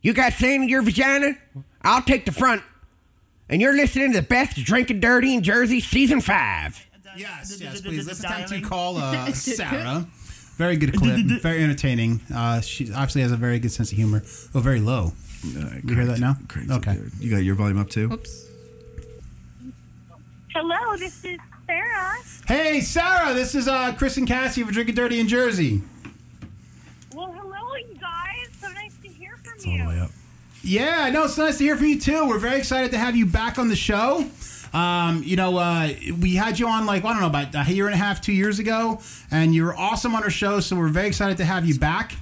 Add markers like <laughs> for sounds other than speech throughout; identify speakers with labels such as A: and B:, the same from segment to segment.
A: You got sand in your vagina? I'll take the front. And you're listening to the best drinking dirty in Jersey season five.
B: Yes,
C: The-
B: yes,
C: the- the-
B: please.
C: the
B: Let's attempt to
C: dialing.
B: call
C: <laughs>
B: uh, Sarah. Very good clip. Very entertaining. Uh, she obviously has a very good sense of humor. Oh, very low. You hear that now?
D: Uh, Crazy,
B: Okay.
D: dude. You got your volume up too?
E: Oops.
F: Hello, this is Sarah.
B: Hey, Sarah, this is uh, Chris and Cassie for Drinking Dirty in Jersey.
F: Well, hello, you guys. So nice to hear from
D: All
F: you.
D: the way up.
B: Yeah, no, it's nice to hear from you too. We're very excited to have you back on the show. Um, you know, uh, we had you on like I don't know about a year and a half, two years ago, and you were awesome on our show. So we're very excited to have you back.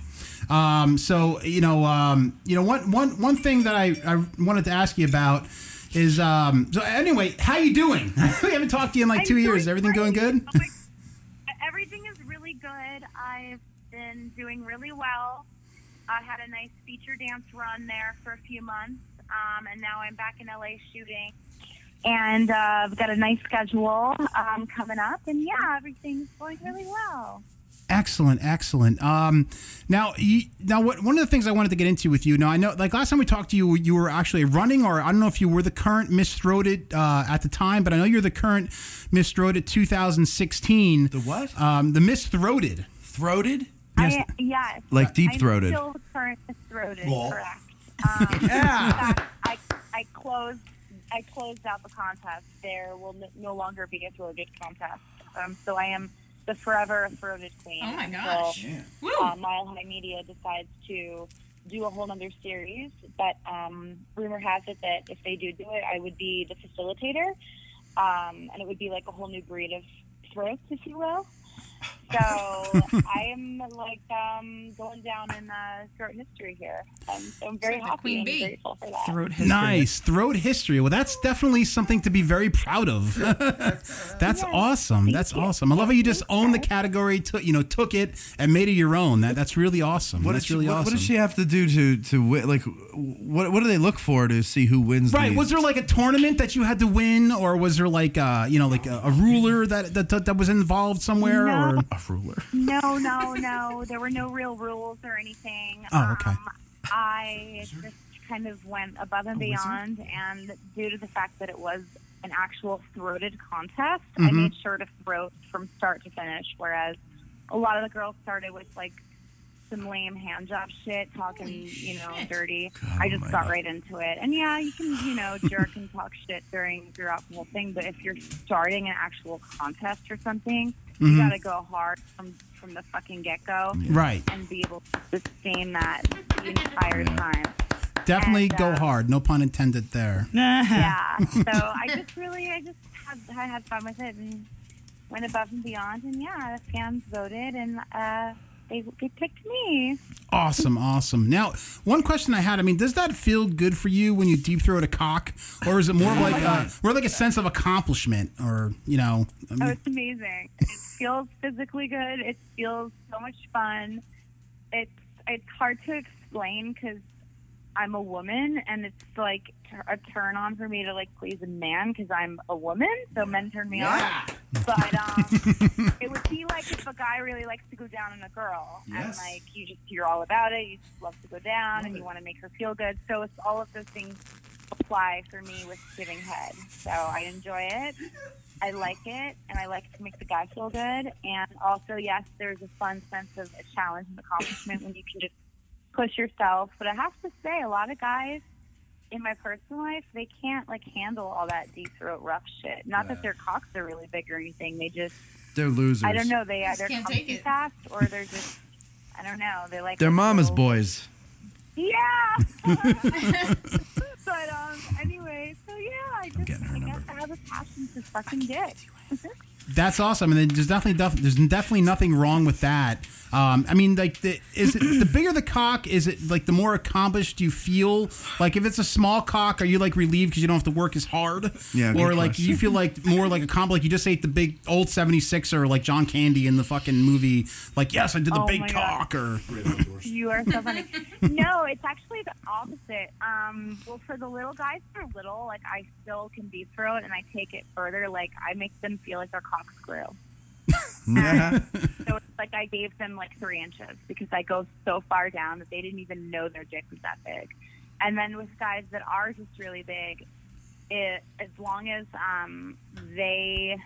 B: Um, so you know, um, you know, one one one thing that I, I wanted to ask you about is um, so anyway, how you doing? <laughs> we haven't talked to you in like
F: I'm
B: two
F: doing
B: years. Everything going
F: great.
B: good?
F: Oh my- Everything is really good. I've been doing really well. I had a nice feature dance run there for a few months, um, and now I'm back in LA shooting. And uh, I've got a nice schedule um, coming up, and yeah, everything's going really well.
B: Excellent, excellent. Um, now, you, now, what, one of the things I wanted to get into with you. Now, I know, like last time we talked to you, you were actually running, or I don't know if you were the current Miss Throated uh, at the time, but I know you're the current Miss Throated 2016.
D: The what?
B: Um, the Miss Throated.
D: Throated?
B: Yes.
F: I, yes.
D: Like deep
F: I'm
D: throated.
F: Still current throated,
D: Well.
F: correct. Um, in fact, I, I closed I closed out the contest. There will no, no longer be a throated contest. Um, so I am the forever throated queen.
E: Oh my
F: until,
E: gosh. Woo.
F: uh, Mile High Media decides to do a whole other series, but um, rumor has it that if they do do it, I would be the facilitator, um, and it would be like a whole new breed of throats, if you will. So I am like um, going down in uh, throat history here. Um, so I'm very
E: She's the
F: happy
E: queen
F: and
E: bee.
F: grateful for that.
C: Throat history.
B: Nice throat history. Well, that's definitely something to be very proud of. <laughs> that's awesome. That's awesome. I love how you just owned the category, took you know, took it and made it your own. That that's really awesome.
D: What
B: that's
D: does she,
B: really
D: what,
B: awesome.
D: what does she have to do to to win? Like, what what do they look for to see who wins?
B: Right.
D: these?
B: Was there like a tournament that you had to win, or was there like uh you know like a, a ruler that, that that was involved somewhere?
F: No.
B: Or
D: a ruler?
F: No, no, no. There were no real rules or anything.
B: Oh, okay.
F: Um, I just kind of went above and beyond, and due to the fact that it was an actual throated contest, I
E: Mm-hmm.
F: made sure to throat from start to finish. Whereas a lot of the girls started with like some lame hand job shit, talking,
E: Holy
F: you know,
E: shit.
F: dirty.
D: God
F: I just
D: almighty.
F: got right into it. And yeah, you can, you know, jerk and talk shit during throughout the whole thing, but if you're starting an actual contest or something, you gotta go hard from from the fucking get go
B: right.
F: and be able to sustain that the entire time.
B: Definitely
F: And,
B: go
F: uh,
B: hard. No pun intended there.
F: Yeah. so I just really I just had I had fun with it and went above and beyond and yeah, the fans voted and uh they, they picked me.
B: Awesome, awesome. Now, one question I had. I mean, does that feel good for you when you deep throat a cock, or is it more like uh, more like a sense of accomplishment, or you know? I
F: Oh,
B: mean,
F: it's amazing. It feels physically good. It feels so much fun. It's it's hard to explain because I'm a woman, and it's like tur- a turn on for me to like please a man because I'm a woman. So men turn me on. But um, it would be like if a guy really likes to go down on a girl, and
D: Yes.
F: like you just you're all about it. You just love to go down, and you want to make her feel good. So it's all of those things apply for me with giving head. So I enjoy it. I like it, and I like to make the guy feel good. And also, yes, there's a fun sense of a challenge and accomplishment when you can just push yourself. But I have to say, a lot of guys in my personal life, they can't like handle all that deep throat rough shit. Not that their cocks are really big or anything. They just,
D: They're losers.
F: I don't know, they either
E: can't
F: come
E: take
F: too
E: it.
F: fast or they're just, I don't know, they like
D: They're
F: a
D: mama's
F: little-
D: boys.
F: <laughs> yeah. <laughs> but um, anyway, so yeah, I just
D: getting her
F: I guess
D: number.
F: I have a passion for fucking dick. <laughs>
B: That's awesome, and there's definitely def- there's definitely nothing wrong with that. Um, I mean, like, the, is it the bigger the cock? Is it like the more accomplished you feel? Like, if it's a small cock, are you like relieved because you don't have to work as hard?
D: Yeah, good
B: Or like, do you
D: question.
B: feel like more like accomplished? Like you just ate the big old 76 or like John Candy in the fucking movie. Like, yes, I did the
F: Oh
B: big
F: my God.
B: cock. Or
F: You are so funny. no, it's actually the opposite. Um, well, for the little guys, they're little. Like I still can be throat, and I take it further. Like I make them feel like they're corkscrew.
D: <laughs> Yeah.
F: So it's like I gave them like three inches because I go so far down that they didn't even know their dick was that big. And then with guys that are just really big, it, as long as um, they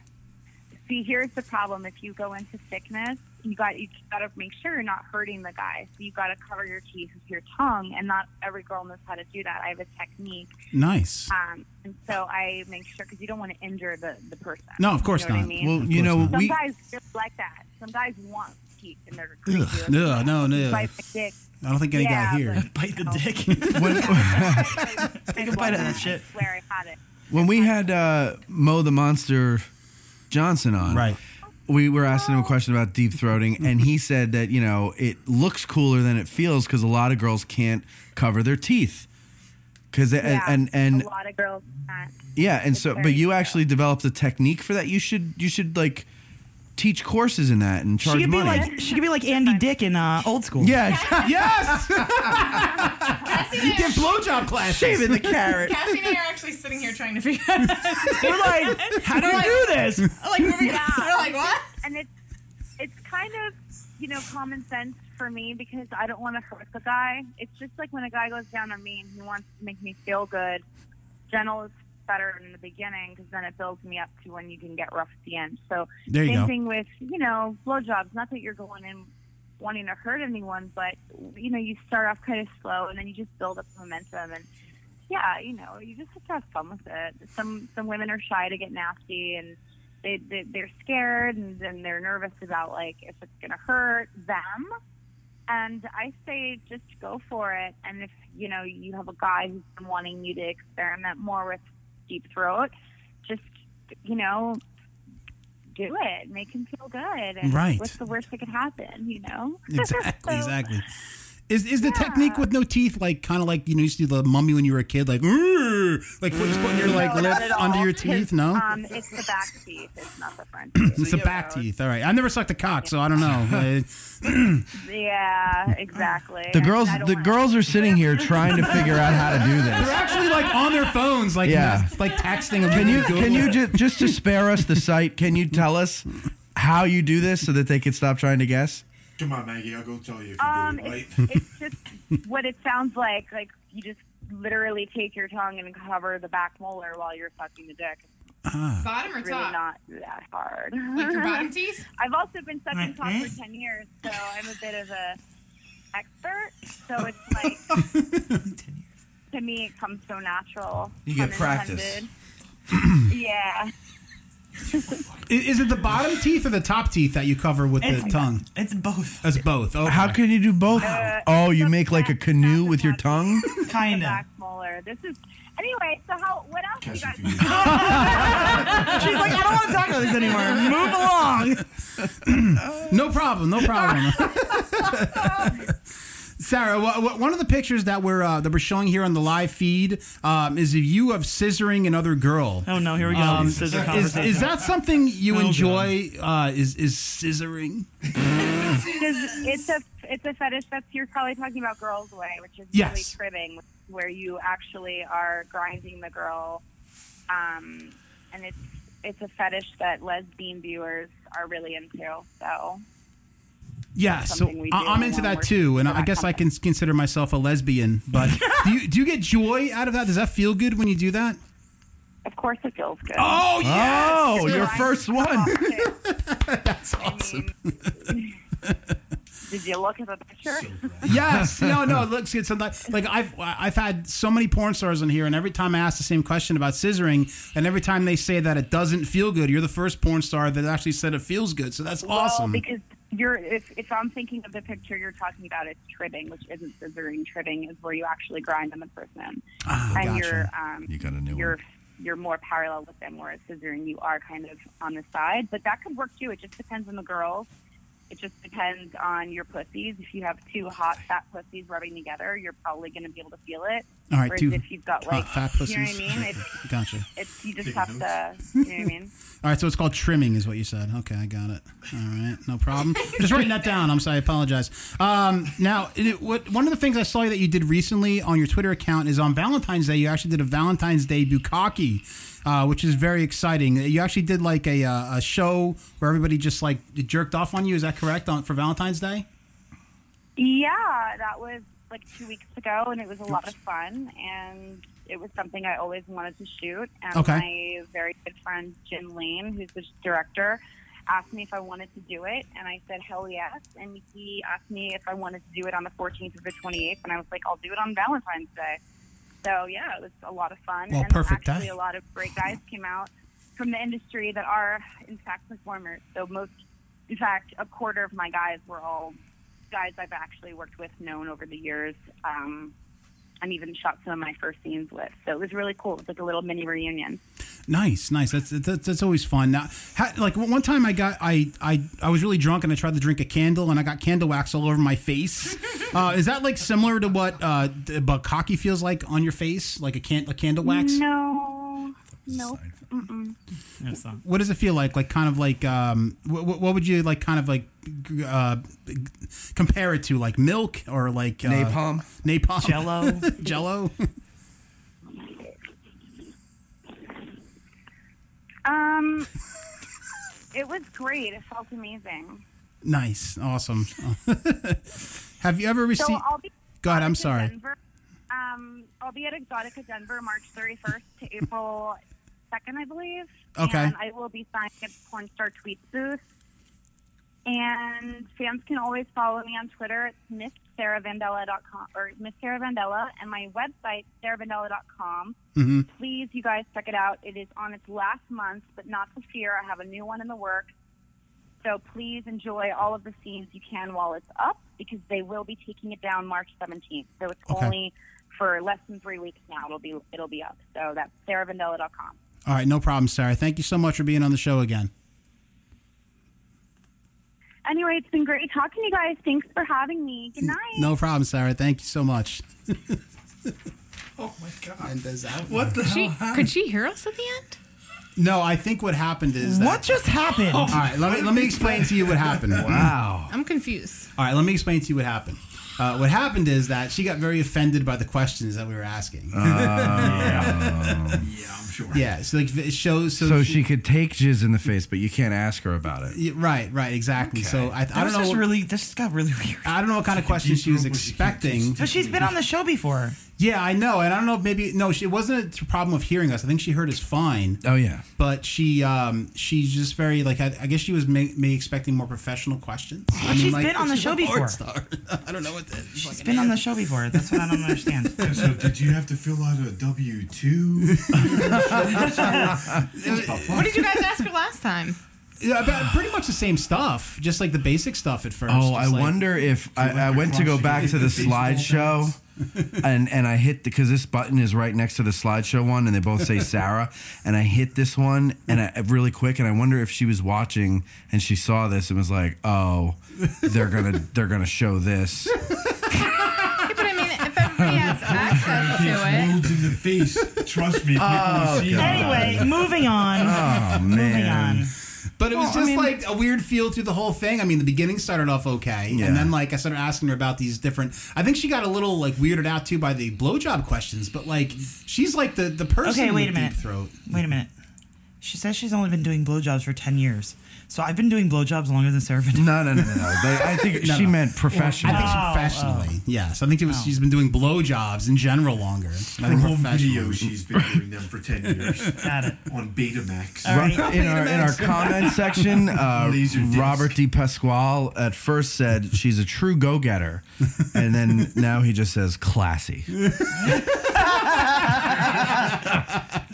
F: see, here's the problem: if you go into sickness, you got you got to make sure you're not hurting the guy. So you got to cover your teeth with your tongue, and not every girl knows how to do that. I have a technique,
B: Nice.
F: um, and so I make sure because you don't want to injure the, the person.
B: No, of course
F: You know what
B: not.
F: I mean?
D: Well,
B: Of
D: you
B: course
D: know,
B: not.
F: Some
D: we
F: guys just like that. Some guys want teeth in their
B: Ugh, no, no, no.
F: Bite my dick.
B: I don't think any
F: Yeah, oh.
B: guy here.
F: but-
C: Bite the
F: No. <laughs>
C: dick.
F: Take
C: a bite of that shit.
F: I swear I had it.
D: when we had uh, Mo the Monster Johnson on,
B: Right.
D: We were asking him a question about deep throating, and he said that you know it looks cooler than it feels because a lot of girls can't cover their teeth. Because
F: Yeah,
D: and and
F: a lot of girls. can't.
D: Yeah, and
F: It's
D: so but
F: very
D: you
F: true.
D: actually developed a technique for that. You should you should like teach courses in that and charge
C: She could be
D: money.
C: like she could be like Andy Dick in uh, old school.
D: yeah, <laughs>
B: Yes.
E: Cassie
B: You
E: and, I
B: get
E: are,
B: blowjob classes.
C: Shaving the carrot.
E: Cassie and I are actually sitting here trying to figure out.
C: We're like, how do you do this?
E: like, we're, we're like, what?
F: And it's it's kind of you know common sense for me because I don't want to hurt the guy. It's just like when a guy goes down on me and he wants to make me feel good. Gentle is better in the beginning because then it builds me up to when you can get rough at the end. So
B: There you
F: Same
B: go.
F: thing with, you know, blowjobs. Not that you're going in wanting to hurt anyone, but, you know, you start off kind of slow and then you just build up momentum. And yeah, you know, you just have to have fun with it. Some some women are shy to get nasty and they, they, they're scared and then they're nervous about, like, if it's going to hurt them. And I say just go for it. And if, you know, you have a guy who's been wanting you to experiment more with deep throat, just, you know, do it. Make him feel good. And
B: Right.
F: What's the worst that could happen, you know?
B: <laughs>
F: <laughs>
B: Exactly.
F: So-
B: Exactly. Is, is the technique with no teeth like kind of like you know you used to do the mummy when you were a kid like "Rrr," like put- putting your like
F: No,
B: lip
F: not at all,
B: under your
F: 'cause,
B: teeth? No,
F: Um, it's the back teeth. It's not the
B: <clears throat>
F: front teeth.
B: it's the back teeth. All right, I've never sucked a cock, so I don't
F: <laughs>
B: know. <laughs>
F: Yeah, exactly.
D: the girls the girls are sitting here trying to figure out how to do
B: They're <laughs>
D: this.
B: actually like on their phones, like
D: Yeah.
B: mess- <laughs> like texting.
D: Can you can you just just to spare us the site? Can you tell us how you do this so that they can stop trying to guess?
G: Come on, Maggie. I'll go tell you if you
F: Um,
G: did it right.
F: it's, it's just what it sounds like. Like you just literally take your tongue and cover the back molar while you're sucking the dick.
E: Bottom or
F: It's really
E: top?
F: not that hard.
E: Like your bottom teeth?
F: I've also been sucking cock for ten years, so I'm a bit of a expert. So it's like to me, it comes so natural.
D: You
F: pun
D: get practice.
F: intended. yeah,
B: Is it the bottom teeth or the top teeth that you cover with the
C: It's-
B: tongue?
C: It's both.
B: That's both. Okay.
D: How can you do both?
F: Uh,
D: oh, you make like a canoe with your
F: <laughs>
D: tongue.
F: the
C: Kinda.
F: back molar. This is anyway. So how? What else you
G: Cassie,
F: guys?
G: if you did it.
C: She's like, I don't want to talk about this anymore. Move along.
B: No problem. No problem. <laughs> Sarah, wha- wha- one of the pictures that we're uh, that we're showing here on the live feed um, is of you of scissoring another girl.
C: Oh no, here we go.
B: Um,
C: Scissor
B: is,
C: conversation.
B: is that something you
C: God.
B: enjoy? Uh, is is scissoring?
F: Because it's a it's a fetish that's you're probably talking about girls' way, which is really
B: Yes.
F: cribbing, where you actually are grinding the girl, um, and it's it's a fetish that lesbian viewers are really into. So
B: Yeah, so
F: something we do
B: I- I'm into
F: when
B: that
F: we're
B: too, and I
F: not
B: guess I can consider myself a lesbian. <laughs> But do you do you get joy out of that? Does that feel good when you do that?
F: of course it feels good.
B: Oh
D: Oh, your
F: Right.
D: first one.
F: That's awesome. <laughs> did you look at the picture?
B: Yes. No, no, it looks good. Sometimes, like I've I've had so many porn stars on here, and every time I ask the same question about scissoring, and every time they say that it doesn't feel good, you're the first porn star that actually said it feels good. So that's awesome.
F: Well, because you're if, if I'm thinking of the picture you're talking about, it's tribbing, which isn't scissoring. Tribbing is where you actually grind on the person, and
B: Ah, gotcha.
F: you're um,
D: You got a new
F: you're
D: one.
F: you're more parallel with them, whereas scissoring you are kind of on the side. But that could work too. It just depends on the girls. It just depends on your pussies. If you have two hot fat pussies rubbing together, you're probably going to be able to feel it.
B: All right,
F: Whereas
B: two
F: if you've got
B: hot
F: like,
B: fat
F: you know what I
B: pussies.
F: mean? It's,
B: gotcha.
F: it's you just
G: Taking
F: have to, you know what I mean?
B: All right, so it's called trimming, is what you said. Okay, I got it. All right, no problem. Just writing that down. I'm sorry, I apologize. Um, now, it, what, one of the things I saw that you did recently on your Twitter account is on Valentine's Day. You actually did a Valentine's Day bukkake, uh, which is very exciting. You actually did like a, uh, a show where everybody just like jerked off on you. Is that correct on for Valentine's Day?
F: Yeah, that was like two weeks ago, and it was a lot of fun. And it was something I always wanted to shoot. And
B: Okay.
F: my very good friend Jim Lane, who's the director, asked me if I wanted to do it, and I said hell yes. And he asked me if I wanted to do it on the 14th or the 28th, and I was like, I'll do it on Valentine's Day. So yeah, it was a lot of fun.
B: Well,
F: and
B: perfect
F: actually,
B: day.
F: a lot of great guys came out from the industry that are in fact performers. So most, in fact, a quarter of my guys were all guys I've actually worked with, known over the years. Um, and even shot some of my first scenes with. So it was really cool. It was like a little mini reunion.
B: Nice, nice. That's that's, that's always fun. Now, ha like one one time, I got I, I I was really drunk and I tried to drink a candle and I got candle wax all over my
F: <laughs>
B: face. Uh, is that like similar to what uh, d- bukkake feels like on your face, like a can a candle wax?
F: No, no.
C: That's not-
B: What does it feel like? Like kind of like um, wh- wh- what would you like kind of like g- uh, g- compare it to? Like milk or like uh,
D: Napalm?
B: napalm,
C: Jell-O?
B: <laughs> Jello. <laughs>
F: Um, <laughs> it was great. It felt amazing.
B: nice, awesome. <laughs> Have you ever
F: So
B: received?
F: I'll be.
B: Go ahead. I'm
F: to
B: sorry.
F: Denver. Um, I'll be at Exotica Denver March 31st to April 2nd, I believe.
B: Okay.
F: And I will be signing at the Pornstar Tweet booth. And fans can always follow me on Twitter. It's MissSarahVandella.com or Miss Sarah Vandella, and my website SarahVandella.com. Please, you guys, check it out. It is on its last month, but not to fear. I have a new one in the works. So please enjoy all of the scenes you can while it's up because they will be taking it down March 17th. So it's
B: Okay.
F: only for less than three weeks now. It'll be it'll be up. So that's sarahvandella.com.
B: All right, no problem, Sarah. Thank you so much for being on the show again.
F: Anyway, it's been great talking to you guys. Thanks for having me. Good night.
B: No problem, Sarah. Thank you so much. <laughs>
D: What the?
E: She, could she hear us at the end?
B: No, I think what happened is that.
C: What just happened?
B: All right, let me let me explain to you what happened.
D: Wow.
E: I'm confused.
B: All right, let me explain to you what happened. Uh, what happened is that she got very offended by the questions that we were asking.
G: Yeah, I'm sure.
B: <laughs> yeah, so like it shows. So,
D: So she could take jizz in the face, but you can't ask her about it.
B: Yeah, right, right, exactly. So I, I
C: That
B: don't
C: was
B: know.
C: just
B: what-
C: really. This just got really weird.
B: I don't know what kind of questions she was expecting.
C: But she's been on the show before.
B: Yeah, I know, and I don't know. if Maybe no, she, it wasn't a problem of hearing us. I think she heard us fine.
D: Oh yeah.
B: but she um she's just very like I, I guess she was may, may expecting more professional questions. I
C: she's
B: like,
C: been on the
B: she's
C: show
B: a porn
C: before.
B: Star. I don't know what that. She's
C: She's been on the show before. That's what I
B: <laughs>
C: don't understand.
G: <laughs> So did you have to fill out a W two?
E: What did you guys ask her last time?
B: yeah, but pretty much the same stuff, just like the basic stuff at first.
D: Oh,
B: Just
D: I
B: like-
D: wonder if I, I went to go back to the slideshow,
B: <laughs>
D: and and I hit because this button is right next to the slideshow one, and they both say Sarah, and I hit this one and I, really quick, and I wonder if she was watching and she saw this and was like, oh, they're gonna they're gonna
B: <laughs>
D: show this.
E: Yeah, but I mean, if everybody has access to it,
G: Loads in the face. Trust me, people
B: Oh,
G: will see it.
C: Anyway, moving on.
D: Oh
C: Moving
D: man.
C: on.
B: But it was
C: Well,
B: just
C: I mean-
B: like a weird feel through the whole thing. I mean, the beginning started off okay,
D: Yeah.
B: and then like I started asking her about these different. I think she got a little like weirded out too by the blowjob questions, but like she's like the the person.
C: Okay, wait
B: with
C: a minute.
B: Deep throat.
C: Wait a minute. She says she's only been doing blowjobs for 10 years. So I've been doing blowjobs longer than Sarah. Vandell.
D: No, no, no, no, no. They, I think she meant
B: I
D: professional.
B: think she professionally. Yes, I think it was, she's been doing blowjobs in general longer. I think
G: Home
B: professionally.
G: video. She's been doing them for ten years
C: Got it.
G: on Betamax.
C: All right.
D: in our in
C: <laughs>
D: our comment section, uh,
G: <laughs> Laser disc.
D: Robert D. Pasquale at first said she's a true go
G: <laughs>
D: getter, and then now he just says classy.
C: <laughs>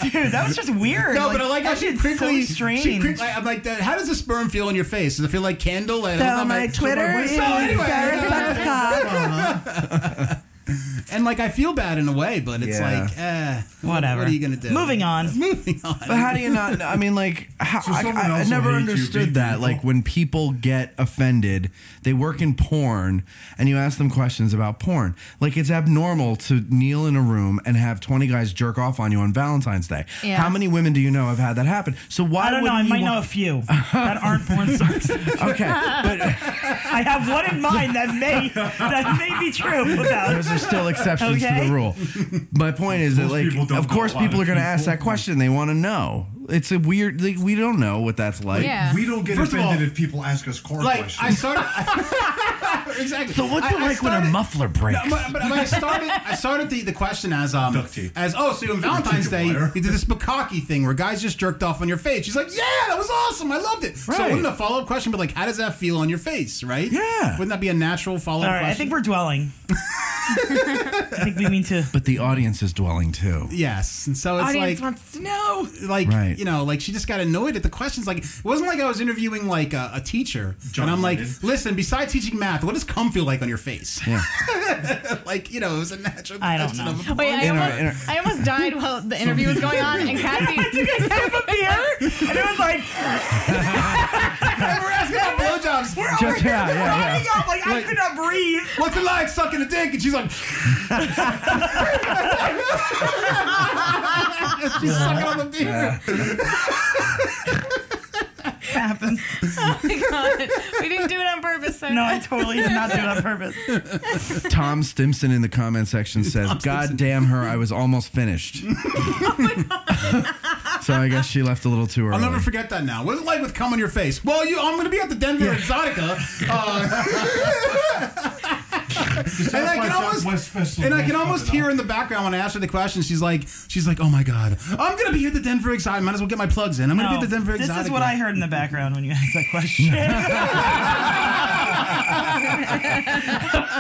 C: Dude, that was just weird.
B: No, but I like how
C: that
B: she
C: shit's
B: quickly.
C: So strange.
B: She quickly. I'm like, that- how does the sperm feel on your face? Does it feel like candle? And
H: So my Twitter is
B: So anyway,
H: Sarah Sucks
B: <laughs>
H: Cock.
B: and like I feel bad in a way, but it's
D: Yeah.
B: like, eh,
C: Whatever.
B: What are you gonna do?
C: Moving on.
B: Moving on.
D: But how do you not? I mean, like, how,
G: So
D: I,
G: someone
D: I- I
G: else will
D: never
G: hate you,
D: understood
G: beat
D: that.
G: people.
D: Like, when people get offended, they work in porn, and you ask them questions about porn. Like, it's abnormal to kneel in a room and have twenty guys jerk off on you on Valentine's Day.
E: Yeah.
D: How many women do you know have had that happen? So why
C: I don't know. I
D: wouldn't
C: might
D: you
C: know a
D: want-
C: few that aren't porn
B: <laughs>
C: stars.
D: <laughs> Okay,
C: <laughs>
D: but
C: I have one in mind that may that may be true. About
D: those are still exceptions to
C: Okay.
D: the rule. My point is that,
G: Most people
D: like,
G: don't
D: of
G: know
D: course,
G: a lot
D: people
G: of
D: are going to ask
G: people.
D: that question. They want to know. It's a weird. Like, we don't know what that's like.
E: yeah.
G: We don't get
B: First of
G: offended
B: all-
G: if people ask us car
B: Like I
G: questions.
B: started. <laughs> exactly.
I: So what's it
B: I- I
I: like when a
B: started-
I: muffler breaks?
B: No, but, but I started. I started the, the question as um
G: Duct tape.
B: as oh so on Valentine's Day
G: wire.
B: you did this bukkake thing where guys just jerked off on your face. She's like, yeah, that was awesome. I loved it. So
I: Right.
B: wouldn't a follow up question be like, how does that feel on your face? Right?
I: Yeah.
B: Wouldn't that be a natural follow
C: All
B: up
C: right,
B: question?
C: I think we're dwelling. I think we mean to.
D: But the audience is dwelling
G: <laughs>
D: too.
B: yes. And so it's
E: Audience
B: like
E: wants to know.
B: like
D: Right.
B: you know like she just got annoyed at the questions like it wasn't like i was interviewing like a, a teacher
G: John
B: and i'm like
G: Lennon.
B: listen besides teaching math what does cum feel like on your face
D: Yeah.
B: <laughs> like you know it was a natural
C: I don't
B: question
C: know.
B: of a-
E: Wait, I
D: In our-
E: almost,
D: in our-
E: I almost died while the interview was going on, and <laughs> Cassie took a sip of beer.
C: And it was like,
B: Hey, we're asking about blowjobs We're
D: Just yeah, yeah, yeah.
C: up, like, I could not breathe.
B: What's it like sucking a dick? And she's like, <laughs> she's sucking on the beer.
C: Happens.
E: Oh my god, we didn't do it on purpose. So
C: No, I totally did not do it on purpose.
D: Tom Stimson in the comment section says, "God damn her! I was almost
G: <laughs>
D: finished."
G: Oh
D: so I guess she left a little too early.
B: I'll never forget that now. What's it like with cum on your face? Well, you, I'm going to be at the Denver Exotica. Uh, and I can almost. And I can almost hear
G: <laughs>
B: in the background when I asked her the question, she's like, she's like, oh my god, I'm gonna be here at the Denver Exotic. Might as well get my plugs in. I'm gonna be
C: No,
B: at the Denver
C: this
B: Exotic.
C: is what I heard in the background when you asked that question.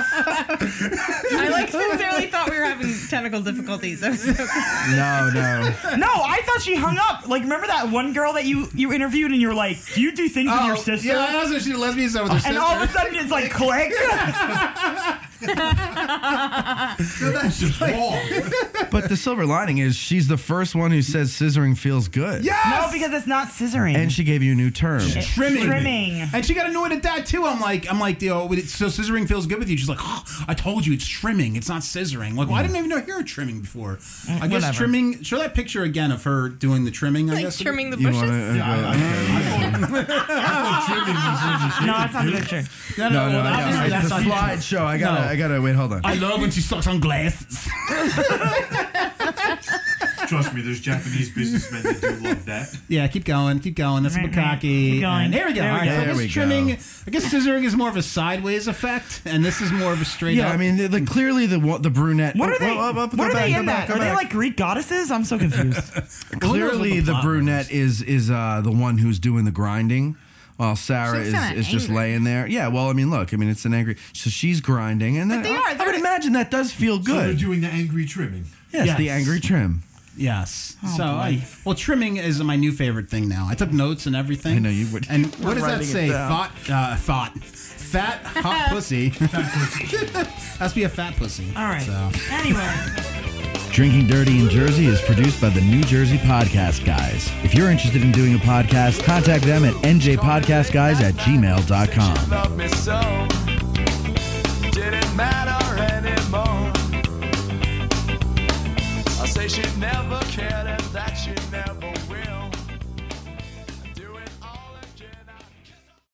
B: <laughs>
E: I like sincerely thought we were having technical difficulties. I was so-
D: No, no.
C: no, I thought she hung up. Like, remember that one girl that you you interviewed and you were like, "Do you do things with
B: Oh,
C: your sister?"
B: Yeah, I asked her if she's a lesbian. so with her
C: and
B: sister.
C: all of a sudden, it's like
D: <laughs>
C: click.
G: That's just wrong.
B: <laughs>
D: But the silver lining is she's the first one who says scissoring feels good.
C: no,
B: yes!
C: because it's not scissoring.
D: And she gave you a new term.
B: trimming.
C: Trimming.
B: And she got annoyed at that too. I'm like, I'm like, yo, with it- so scissoring feels good with you. She's like, oh, I told you it's trimming. It's not scissoring. Like, well, I didn't even know you were trimming before. I guess
C: whatever.
B: trimming. Show that picture again of her doing the trimming. I
E: like
B: guess.
E: trimming the
D: You
E: bushes.
D: want to?
C: no, that's not the picture.
B: No,
D: <laughs> no, no,
B: well,
D: I
B: obviously
D: got
B: that's
D: It's a
B: not-
D: slideshow. I gotta,
B: No.
D: I gotta wait. Hold on.
B: I love when she sucks on glasses.
G: Trust me, there's Japanese businessmen that do love that.
B: yeah, keep going, keep going. That's
C: Right, right.
B: bukkake.
C: Keep going.
B: And here we go.
C: There
B: All
C: we
B: right,
C: go.
B: so I
D: There
B: guess
D: we go.
B: trimming. I guess scissoring is more of a sideways effect, and this is more of a straight.
D: yeah,
B: up.
D: I mean, the, the, clearly the wa- the brunette.
C: What are they?
D: Oh, oh, oh, go
C: what are
D: back,
C: they
D: go
C: in
D: back,
C: that?
D: go
C: Are they
D: back.
C: like Greek goddesses? I'm so confused.
D: <laughs> Clearly, the,
B: plot
D: brunette is is uh, the one who's doing the grinding, while Sarah
E: She's
D: is,
E: kinda
D: is just
E: angry.
D: laying there. Yeah, well, I mean, look, I mean, it's an angry. So she's grinding, and then
E: they
D: I-
E: are,
D: I,
E: they're-
D: would imagine that does feel
G: So they're
D: good.
G: doing the angry trimming.
D: yes, the
B: Yes.
D: angry trim.
B: Yes. so,
C: Oh, boy.
B: I, well, trimming is my new favorite thing now. I took notes and everything.
D: I know you would- <laughs>
B: And
D: you
B: what
D: were
B: does that
D: writing it
B: say?
D: down.
B: Fat, uh, fat, fat,
C: <laughs>
B: hot pussy. <laughs> That's be a fat pussy.
C: All right.
B: So.
C: Anyway,
I: Drinking Dirty in Jersey is produced by the New Jersey Podcast Guys. If you're interested in doing a podcast, contact them at njpodcastguys at gmail.com.
J: Love me so. Didn't matter anymore. I say she never cared.